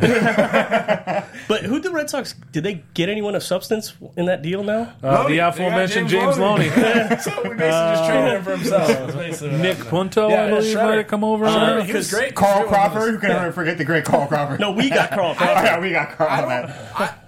S5: But who the Red Sox? Did they get anyone of substance in that deal now?
S6: Uh,
S4: Loney.
S6: the
S4: They got
S6: aforementioned
S4: James
S6: James Loney.
S4: so we basically just traded him for himself. That's basically what
S6: Nick
S4: happened.
S6: Punto,
S4: Yeah,
S6: I believe,
S4: Schroeder.
S6: might have come over.
S5: Schroeder.
S4: He was great.
S1: Uh, Carl
S4: He was doing
S1: Crawford. Who can ever forget the great Carl Crawford?
S5: No, we got Carl
S1: Oh,
S5: Crawford.
S1: yeah, we got Carl. on that.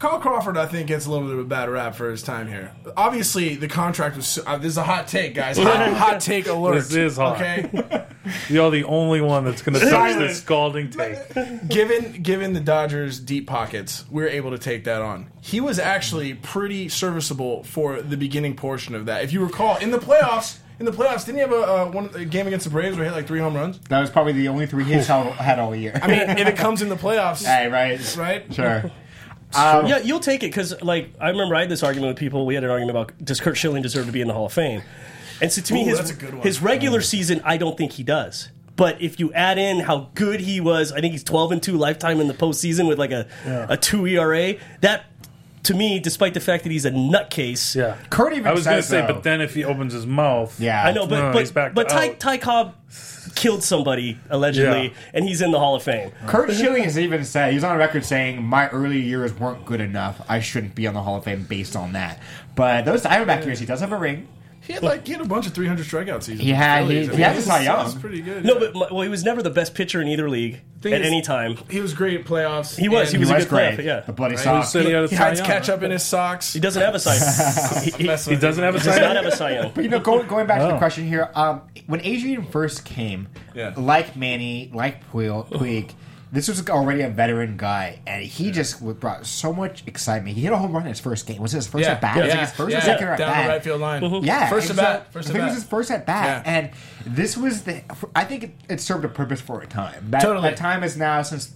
S4: Carl Crawford, I think, gets a little bit of a bad rap for his time here. Obviously, the contract was. Uh, this is a hot take, guys. Hot, hot take alert.
S6: This is hot.
S4: Okay,
S6: You're the only one that's going to touch this scalding take.
S4: given given the Dodgers' deep pockets, we were able to take that on. He was actually pretty serviceable for the beginning portion of that. If you recall, in the playoffs, in the playoffs, didn't he have a, uh one a game against the Braves where he hit like three home runs?
S1: That was probably the only three hits I had all year.
S4: I mean, if it comes in the playoffs,
S1: hey, right,
S4: right?
S1: sure. Um,
S5: Yeah, you'll take it because, like, I remember I had this argument with people. We had an argument about does Kurt Schilling deserve to be in the Hall of Fame? And so to me,
S4: Ooh,
S5: his
S4: that's a good one.
S5: his regular
S6: Mm.
S5: season, I don't think he does. But if you add in how good he was, I think he's twelve and two lifetime in the postseason with like a a two ERA. That to me, despite the fact that he's a nutcase,
S6: Yeah.
S1: Kurt even
S6: I was gonna
S1: says
S6: say,
S1: so.
S6: but then if he opens his mouth.
S1: Yeah,
S5: I know, but
S6: No, he's
S5: but,
S6: backed
S5: but Ty,
S6: out.
S5: Ty Cobb killed somebody allegedly,
S6: Yeah.
S5: and he's in the Hall of Fame.
S1: Kurt Schilling has even said he's on record saying my early years weren't good enough. I shouldn't be on the Hall of Fame based on that. But those Diamondback years, he does have a ring.
S4: He had like he had a bunch of 300 strikeouts. Season
S1: He had- he- he had his Cy Young.
S4: That's pretty good.
S5: No,
S4: yeah.
S5: but my, well, he was never the best pitcher in either league
S4: Thing
S5: at
S4: is-
S5: any time.
S4: he was great at playoffs.
S5: He was,
S4: and
S5: he was a good player,
S1: great.
S5: yeah.
S1: the bloody
S4: Right.
S1: sock.
S6: Said he, had a
S4: He
S6: Cy
S4: hides
S6: Young.
S4: ketchup in his socks.
S5: He doesn't have a Cy. he, he-
S4: That's
S5: he
S4: what
S6: He doesn't have a
S5: does
S6: Cy
S5: not
S6: Young.
S5: have a Cy Young.
S1: But you know, going, going back to the question here, um, when Adrian first came,
S4: Yeah.
S1: like Manny, like Puig, Puig, This was already a veteran guy, and he just w- brought so much excitement. He hit a home run in his first game. Was it his first at bat? It was like his first or second at
S4: down
S1: bat. Mm-hmm.
S4: the right field line.
S1: Yeah,
S4: first
S1: it
S4: at
S1: was
S4: bat.
S1: a-
S4: First
S1: I
S4: at
S1: think it was his
S4: bat.
S1: first at bat,
S4: Yeah.
S1: and this was the. I think it, it served a purpose for a time. That,
S4: Totally.
S1: that time is now since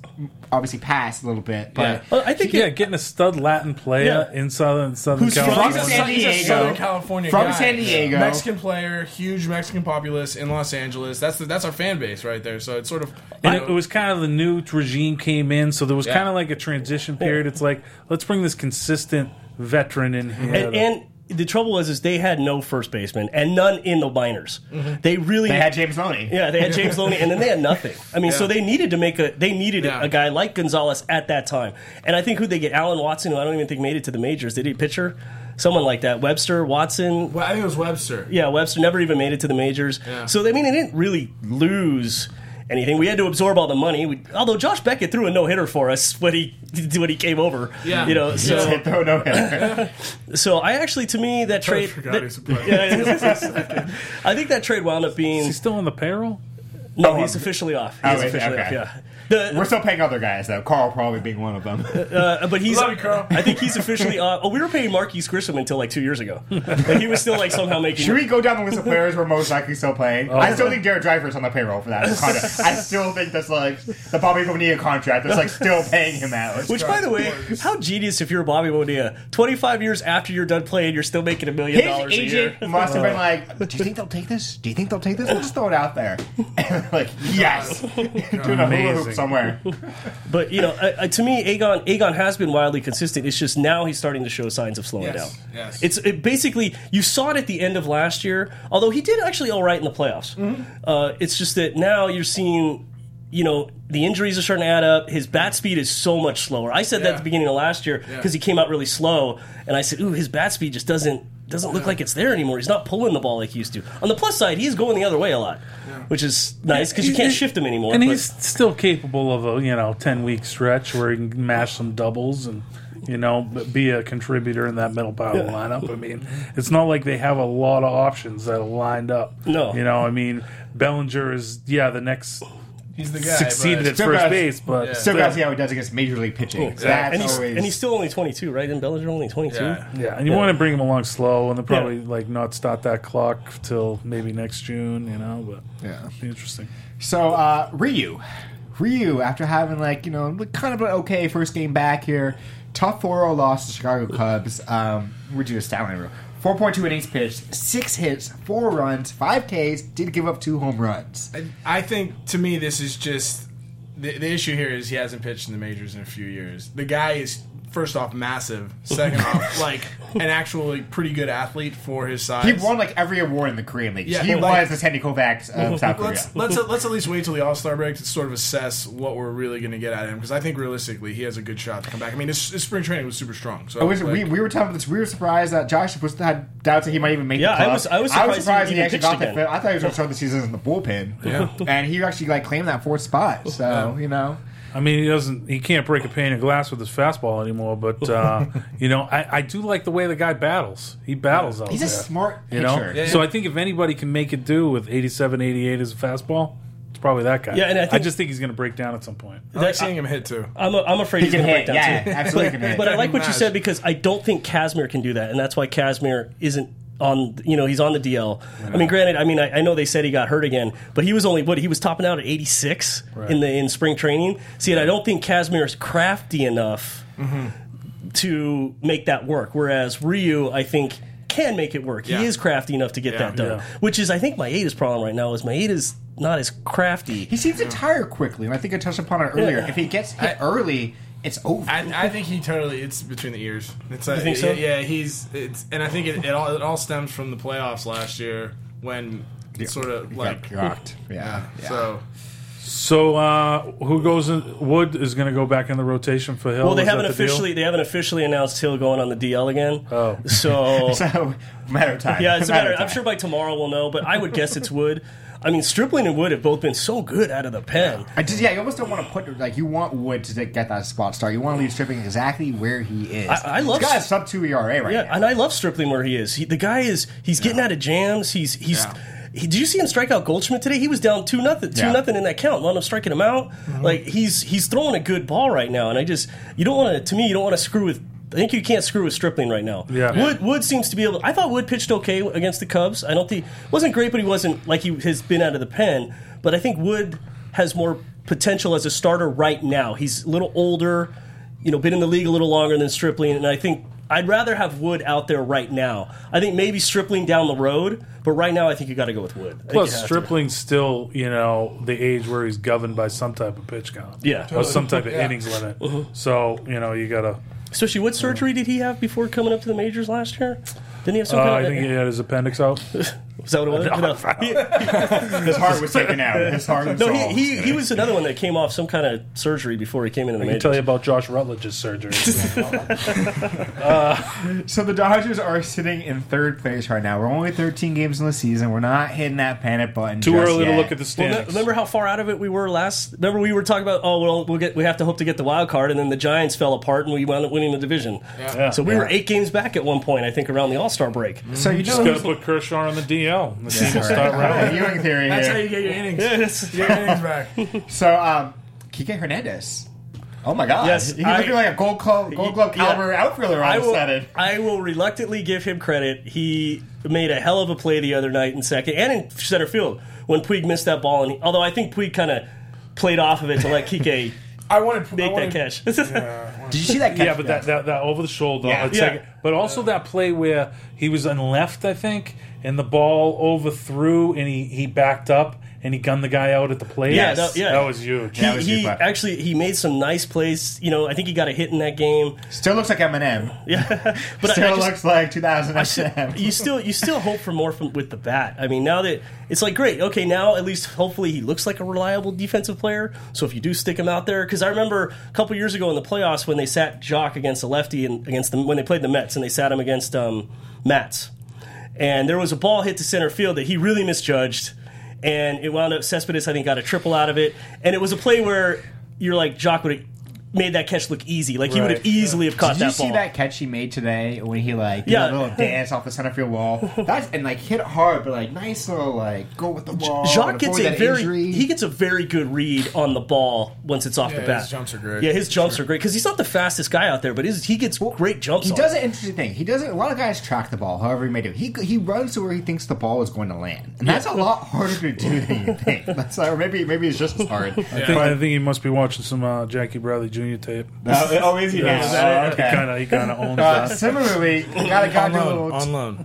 S1: obviously passed a little bit, but
S5: Well, I think
S6: yeah,
S5: it,
S6: getting a stud Latin player in Southern Southern
S5: Who's
S1: from
S6: California.
S4: He's a-
S1: San
S4: he's a
S1: Diego.
S4: Southern California
S1: From
S4: guy.
S1: San Diego.
S4: Mexican player, huge Mexican populace in Los Angeles. That's the, that's our fan base right there. So it's sort of
S6: And it, it was kind of the new regime came in, so there was
S4: Yeah.
S6: kind of like a transition period. It's like let's bring this consistent veteran in here.
S5: and, and the trouble was is they had no first baseman and none in the minors.
S4: Mm-hmm.
S5: They really
S1: they had James Loney.
S5: Yeah, they had James Loney, and then they had nothing. I mean, so they needed to make a they needed
S4: Yeah.
S5: a guy like Gonzalez at that time. And I think who they get Alan Watson, who I don't even think made it to the majors. Did he pitcher? Someone like that, Webster, Watson.
S4: Well, I think it was Webster.
S5: Yeah, Webster never even made it to the majors.
S4: Yeah.
S5: So I mean, they didn't really lose anything. We had to absorb all the money. We, although Josh Beckett threw a no hitter for us when he when he came over.
S4: Yeah.
S5: you know. So
S1: Just hit the no hitter.
S5: so I actually, to me, that trade.
S4: forgot
S5: that-
S4: he's a player.
S5: yeah, I think that trade wound up being
S6: He's still on the payroll.
S4: oh,
S5: no. He's officially off. He's
S1: Oh, is he?
S5: officially
S1: Okay.
S5: off. Yeah. The-
S1: We're still paying other guys though. Carl probably being one of them.
S5: Uh, but he's.
S4: Love you, Carl.
S5: I think he's officially. Uh, oh, we were paying Marquis Grissom until like two years ago. Like, he was still like somehow making.
S1: Should we go down the list of players we're most likely still playing?
S4: Oh,
S1: I still think Jared Driver's on the payroll for that contract. I still think that's like the Bobby Bonilla contract that's like still paying him out.
S5: which, by the way, how genius if you're Bobby Bonilla. 25 years after you're done playing, you're still making a million dollars
S1: his
S5: a year.
S1: agent must have been like, "Do you think they'll take this? Do you think they'll take this? We'll just throw it out there." And like, yes, doing a hula
S6: Amazing.
S1: hoop somewhere.
S5: But you know, uh, uh, to me, Aegon Aegon has been wildly consistent. It's just now he's starting to show signs of slowing
S4: Yes,
S5: down.
S4: yes.
S5: It's it basically you saw it at the end of last year, although he did actually all right in the playoffs.
S4: Mm-hmm.
S5: Uh, it's just that now you're seeing, you know, the injuries are starting to add up. His bat speed is so much slower. I said that
S4: Yeah.
S5: at the beginning of last year because he came out really slow, and I said, "Ooh, his bat speed just doesn't." Doesn't look like it's there anymore. He's not pulling the ball like he used to. On the plus side, he's going the other way a lot, which is nice because you can't shift him anymore.
S6: And
S5: but-
S6: he's still capable of a you know ten week stretch where he can mash some doubles and you know b- be a contributor in that middle power lineup. I mean, it's not like they have a lot of options that are lined up.
S5: No.
S6: you know, I mean, Bellinger is yeah the next
S4: He's the guy.
S6: succeeded
S4: but-
S6: at
S1: Still
S6: first
S1: guys-
S6: base, but
S4: Yeah.
S1: Still gotta see how he does against major league pitching. That's
S5: and he's,
S1: always.
S5: and he's still only 22, right? And Bellinger only 22.
S4: Yeah.
S6: Yeah, and you want to bring him along slow, and they'll probably like not start that clock till maybe next June, you know. But
S1: Yeah.
S6: be interesting.
S1: So uh, Ryu, Ryu, after having like you know kind of an okay first game back here, tough 4-0 loss to Chicago Cubs. Um, we're due to Stanley Ryu. 4.2 innings pitched, six hits, four runs, five Ks. Did give up two home runs.
S4: I think to me this is just the, the issue here is he hasn't pitched in the majors in a few years. The guy is first off massive, second off like an actually pretty good athlete for his size.
S1: He won like every award in the Korean League.
S4: Yeah,
S1: he
S4: like-
S1: was the Sandy Kovacs of South Korea.
S4: Let's let's let's at least wait till the All Star break to sort of assess what we're really going to get out of him because I think realistically he has a good shot to come back. I mean his, his spring training was super strong. So
S1: I was,
S4: like,
S1: we, we were talking about this. We were surprised that Josh was had doubts that he might even make.
S5: Yeah,
S1: the
S5: I
S1: club.
S5: was- I was surprised he even
S1: actually
S5: pitched
S1: got that.
S5: again.
S1: I thought he was going to start the season in the bullpen.
S4: Yeah.
S1: and he actually like claimed that fourth spot. So you know,
S6: I mean, he doesn't. He can't break a pane of glass with his fastball anymore. But uh, you know, I, I do like the way the guy battles. He battles out
S1: He's a
S6: there,
S1: smart
S6: you know.
S1: pitcher. Yeah,
S6: So I think if anybody can make it do with 87, 88 as a fastball, it's probably that guy.
S5: Yeah, and I think-
S6: just think he's going to break down at some point.
S4: I like seeing him hit too.
S5: I'm, I'm afraid
S1: he
S5: he's
S1: can
S5: going
S1: hit.
S5: to break down
S1: Yeah,
S5: too.
S1: absolutely can hit.
S5: But I like what you
S4: Imagine.
S5: said because I don't think Kazmir can do that, and that's why Kazmir isn't on. You know, he's on the DL. I mean, granted, I mean, I, I know they said he got hurt again, but he was only what he was topping out at 86 in the in spring training. See, and I don't think Kazmir is crafty enough
S1: Mm-hmm.
S5: to make that work. Whereas Ryu, I think. Can make it work.
S4: Yeah.
S5: He is crafty enough to get that done,
S6: yeah.
S5: which is I think Maeda's problem right now. Is Maeda's not as crafty.
S1: he seems to tire quickly, and I think I touched upon it earlier.
S5: Yeah.
S1: If he gets hit early, it's over.
S4: I, I think he totally. It's between the ears. It's like,
S5: think so?
S4: Yeah, he's. It's and I think it, it all it all stems from the playoffs last year when it sort of like.
S1: Got rocked. Yeah. yeah.
S4: So
S6: So uh, who goes? in Wood is going to go back in the rotation for Hill.
S5: Well, they
S6: Oh, Is that
S5: haven't
S6: the deal?
S5: officially they haven't officially announced Hill going on the DL again.
S6: Oh.
S5: so
S1: So matter of time.
S5: yeah, it's a matter.
S1: of
S5: I'm
S1: time.
S5: sure by tomorrow we'll know, but I would guess it's Wood. I mean, Stripling and Wood have both been so good out of the pen.
S1: I just yeah, you almost don't want to put like you want Wood to get that spot start. You want to leave Stripping exactly where he is.
S5: I- I love
S1: He's got a
S5: Stri-
S1: sub two ERA right
S5: Yeah,
S1: now.
S5: and I love Stripling where he is. He, the guy is he's getting out of jams. He's he's
S4: Yeah.
S5: He, do you see him strike out Goldschmidt today? He was down two nothing, two
S1: Yeah.
S5: nothing in that count. Wound up striking him out. Like he's he's throwing a good ball right now, and I just you don't want to. To me, you don't want to screw with. I think you can't screw with Stripling right now.
S6: Yeah.
S5: Wood Wood seems to be able. I thought Wood pitched okay against the Cubs. I don't think wasn't great, but he wasn't like he has been out of the pen. But I think Wood has more potential as a starter right now. He's a little older, you know, been in the league a little longer than Stripling, and I think I'd rather have Wood out there right now. I think maybe Stripling down the road, but right now I think you got to go with Wood. I think you
S6: Plus,
S5: have to.
S6: Stripling's still, you know, the age where he's governed by some type of pitch count.
S5: Yeah. Uh-huh.
S6: Or some type of innings limit. So, you know, you got to.
S5: especially what surgery did he have before coming up to the majors last year? Didn't he have some
S6: Uh, I
S5: kind of?
S6: think he had his appendix out.
S5: was that what it was? No. He-
S1: His heart was taken out. His heart was
S5: No,
S1: all-
S5: he, he, he was another one that came off some kind of surgery before he came into the
S6: I can
S5: majors.
S6: tell you about Josh Rutledge's surgery.
S1: So the Dodgers are sitting in third place right now. We're only 13 games in the season. We're not hitting that panic button.
S6: Too
S1: just
S6: early to
S1: yet.
S6: look at the
S5: Well, me-
S6: standings.
S5: remember how far out of it we were last? Remember we were talking about oh well we'll get we have to hope to get the wild card and then the Giants fell apart and we wound up winning the division.
S6: Yeah. Mm-hmm.
S5: So we were eight games back at one point I think around the All Star break.
S1: So you
S6: Just
S1: know
S6: got to
S1: who's
S6: put Kershaw on the DL. The team will
S1: All right.
S6: start rounding.
S1: Ewing theory
S4: That's
S1: here.
S4: how you get your innings.
S5: Yes.
S4: You get your innings back.
S1: So um, Kike Hernandez. Oh my God!
S5: Yes,
S1: he's
S5: I-
S1: looking like a Gold Glove, Gold Glove
S5: Yeah.
S1: caliber outfielder all
S5: I
S1: of a
S5: will,
S1: sudden.
S5: I will reluctantly give him credit. He made a hell of a play the other night in second and in center field when Puig missed that ball. And he, although I think Puig kind of played off of it to let Kike
S4: I wanted to
S5: make that catch.
S1: Did you see that? Catch
S6: Yeah, but that, that, that over the shoulder.
S1: Yeah.
S6: I'd
S5: Yeah.
S6: say- But also that play where he was on left, I think, and the ball overthrew and he, he backed up and he gunned the guy out at the plate.
S5: Yeah, that- yeah.
S6: That was huge.
S1: Yeah. That was
S5: he
S1: good
S5: he
S1: play.
S5: actually he made some nice plays. You know, I think he got a hit in that game.
S1: still looks like Eminem.
S5: Yeah, but I,
S1: Still
S5: I just,
S1: looks like 2000
S5: I still-
S1: Eminem.
S5: you still you still hope for more from with the bat. I mean, now that it's like great, okay, now at least hopefully he looks like a reliable defensive player. So if you do stick him out there, because I remember a couple years ago in the playoffs when they sat Jock against the lefty and against them when they played the Mets and they sat him against um, Mats, and there was a ball hit to center field that he really misjudged, and it wound up Cespedes I think got a triple out of it, and it was a play where you're like Jock would have made that catch look easy, like he would have
S6: Right.
S5: easily have caught
S1: Did you
S5: that ball.
S1: see that catch he made today when he like did a
S5: Yeah.
S1: little dance off the center field wall? That's and like hit hard, but like nice little like go with the wall.
S5: Jacques
S1: avoid
S5: gets a
S1: that
S5: very
S1: injury.
S5: he gets a very good read on the ball once it's off
S4: Yeah,
S5: the bat.
S4: his jumps are great.
S5: Yeah, his jumps are great because he's not the fastest guy out there, but his, he gets great jumps.
S1: He
S5: on
S1: does
S5: it.
S1: an interesting thing. He doesn't. A lot of guys track the ball, however he may do. He he runs to where he thinks the ball is going to land, and that's a lot harder to do than you think. That's or maybe maybe it's just as hard.
S6: I think, I think he must be watching some uh, Jackie Bradley Jr. tape.
S1: Uh, oh, is he now?
S6: Uh,
S1: Oh,
S6: He
S1: okay.
S6: kind of he kind of owns
S1: Uh,
S6: that.
S1: similarly, got a got
S4: On
S1: a
S4: loan.
S1: little
S4: On loan.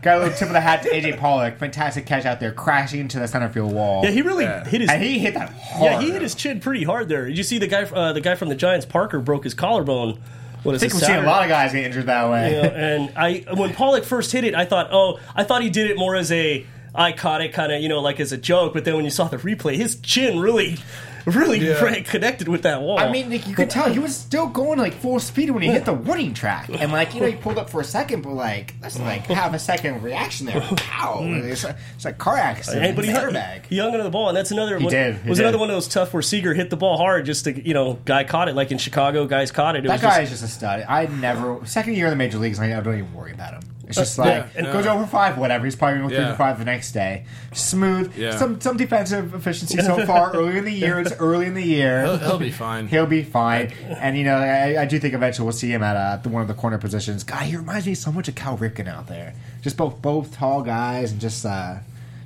S1: got a little tip of the hat to AJ Pollock. Fantastic catch out there, crashing into the center field wall.
S5: Yeah, he really hit his.
S1: and he hit that hard.
S5: yeah, he hit his chin pretty hard there. Did you see the guy? Uh, the guy from the Giants, Parker, broke his collarbone. What is
S1: I think
S5: it,
S1: we've seen a
S5: Saturday?
S1: lot of guys get injured that way.
S5: You know, and I when Pollock first hit it, I thought, oh, I thought he did it more as a I caught it kind of you know like as a joke. But then when you saw the replay, his chin really, really connected with that wall.
S1: I mean, like, you could tell he was still going like full speed when he hit the warning track, and like you know he pulled up for a second, but like that's like half a second reaction there. Wow, it's, like, it's like car accident.
S5: Hey, but he,
S1: airbag.
S5: he hung under the ball, and that's another. one,
S1: did, he
S5: was
S1: did.
S5: another one of those tough where Seager hit the ball hard, just to you know, guy caught it. Like in Chicago, guys caught it. It
S1: that
S5: was
S1: guy
S5: just,
S1: is just a stud. I never second year in the major leagues, like, I don't even worry about him. It's just like
S4: yeah,
S1: it
S4: no.
S1: goes over five, whatever. He's probably going to go three
S4: Yeah.
S1: to five the next day. Smooth.
S4: Yeah.
S1: Some some defensive efficiency so far. early in the year, it's early in the year.
S4: He'll be fine.
S1: He'll be fine. And, you know, I, I do think eventually we'll see him at uh, the, one of the corner positions. God, he reminds me so much of Cal Ripken out there. Just both both tall guys and just uh,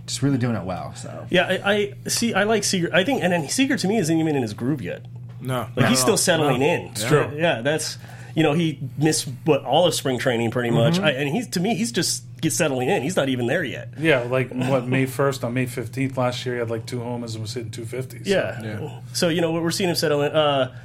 S1: just really doing it well. So
S5: yeah, I, I see. I like Seager. I think, and then Seager to me isn't even in his groove yet.
S4: No.
S5: Like he's still
S4: setting.
S5: settling in. It's
S6: true.
S5: Yeah, that's you know he missed what all of spring training pretty much, I, and he's to me he's just get settling in. He's not even there yet.
S6: Yeah, like what May first on May fifteenth last year, he had like two homers and was hitting two fifties.
S5: Yeah. So you know we're seeing him settle in. Uh,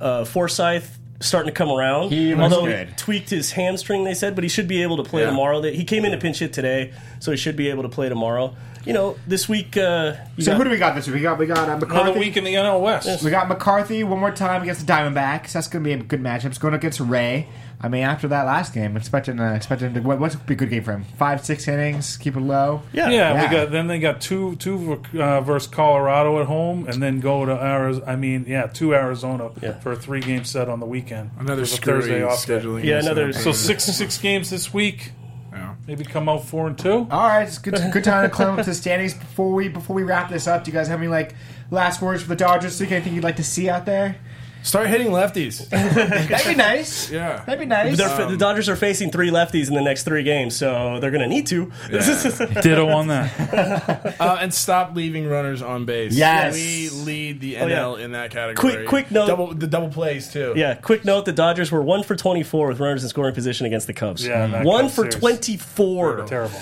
S5: uh, Forsyth starting to come around.
S1: He looks
S5: although he
S1: good.
S5: tweaked his hamstring, they said, but he should be able to play
S4: Yeah.
S5: tomorrow. They- He came in to pinch hit today, so he should be able to play tomorrow. You know, this week. Uh, you
S1: so
S5: got-
S1: who do we got this week? We got we got uh,
S6: another
S1: McCarthy.
S6: week in the NL West.
S1: We got McCarthy one more time against the Diamondbacks. That's going to be a good matchup. It's going against Ray. I mean, after that last game, expecting uh, expecting to, what, what's going to be a good game for him? Five, six innings, keep it low.
S5: yeah.
S6: Yeah,
S1: Yeah.
S6: we got. Then they got two two uh, versus Colorado at home, and then go to Arizona. I mean, yeah, to Arizona
S5: Yeah.
S6: for a three game set on the weekend.
S4: Another
S6: With a
S4: screwy
S6: Thursday off day.
S4: scheduling.
S5: Yeah,
S4: incident.
S5: another-
S6: So six six games this week.
S4: Yeah.
S6: Maybe come out four and two.
S1: All right, it's good, good time to climb up to the standings before we before we wrap this up. Do you guys have any like last words for the Dodgers? Is there anything you'd like to see out there?
S4: Start hitting lefties.
S1: That'd be nice.
S4: Yeah.
S1: that'd be nice.
S5: They're, the Dodgers are facing three lefties in the next three games, so they're going to need to.
S6: Ditto on that.
S4: Uh, and stop leaving runners on base.
S5: Yes. Oh,
S4: We lead the
S5: yeah.
S4: NL in that category.
S5: Quick- quick note.
S4: Double, the double plays, too.
S5: Yeah, quick note the Dodgers were 1 for 24 with runners in scoring position against the Cubs.
S6: Yeah, that
S5: 1
S6: Cubs
S5: for
S6: series.
S5: 24.
S6: Terrible.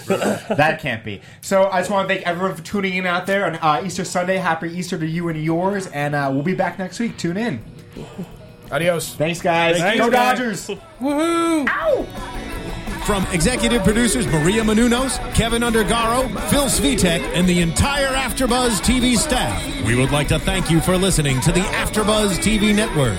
S1: That can't be. So I just want to thank everyone for tuning in out there on uh, Easter Sunday. Happy Easter to you and yours, and uh, we'll be back next week. Tune in.
S4: Adios.
S1: Thanks, guys.
S6: Thanks,
S1: Go
S6: guys.
S1: Dodgers.
S4: Woohoo!
S2: From executive producers Maria Manunos, Kevin Undergaro, Phil Svitek, and the entire Afterbuzz TV staff, we would like to thank you for listening to the Afterbuzz TV network.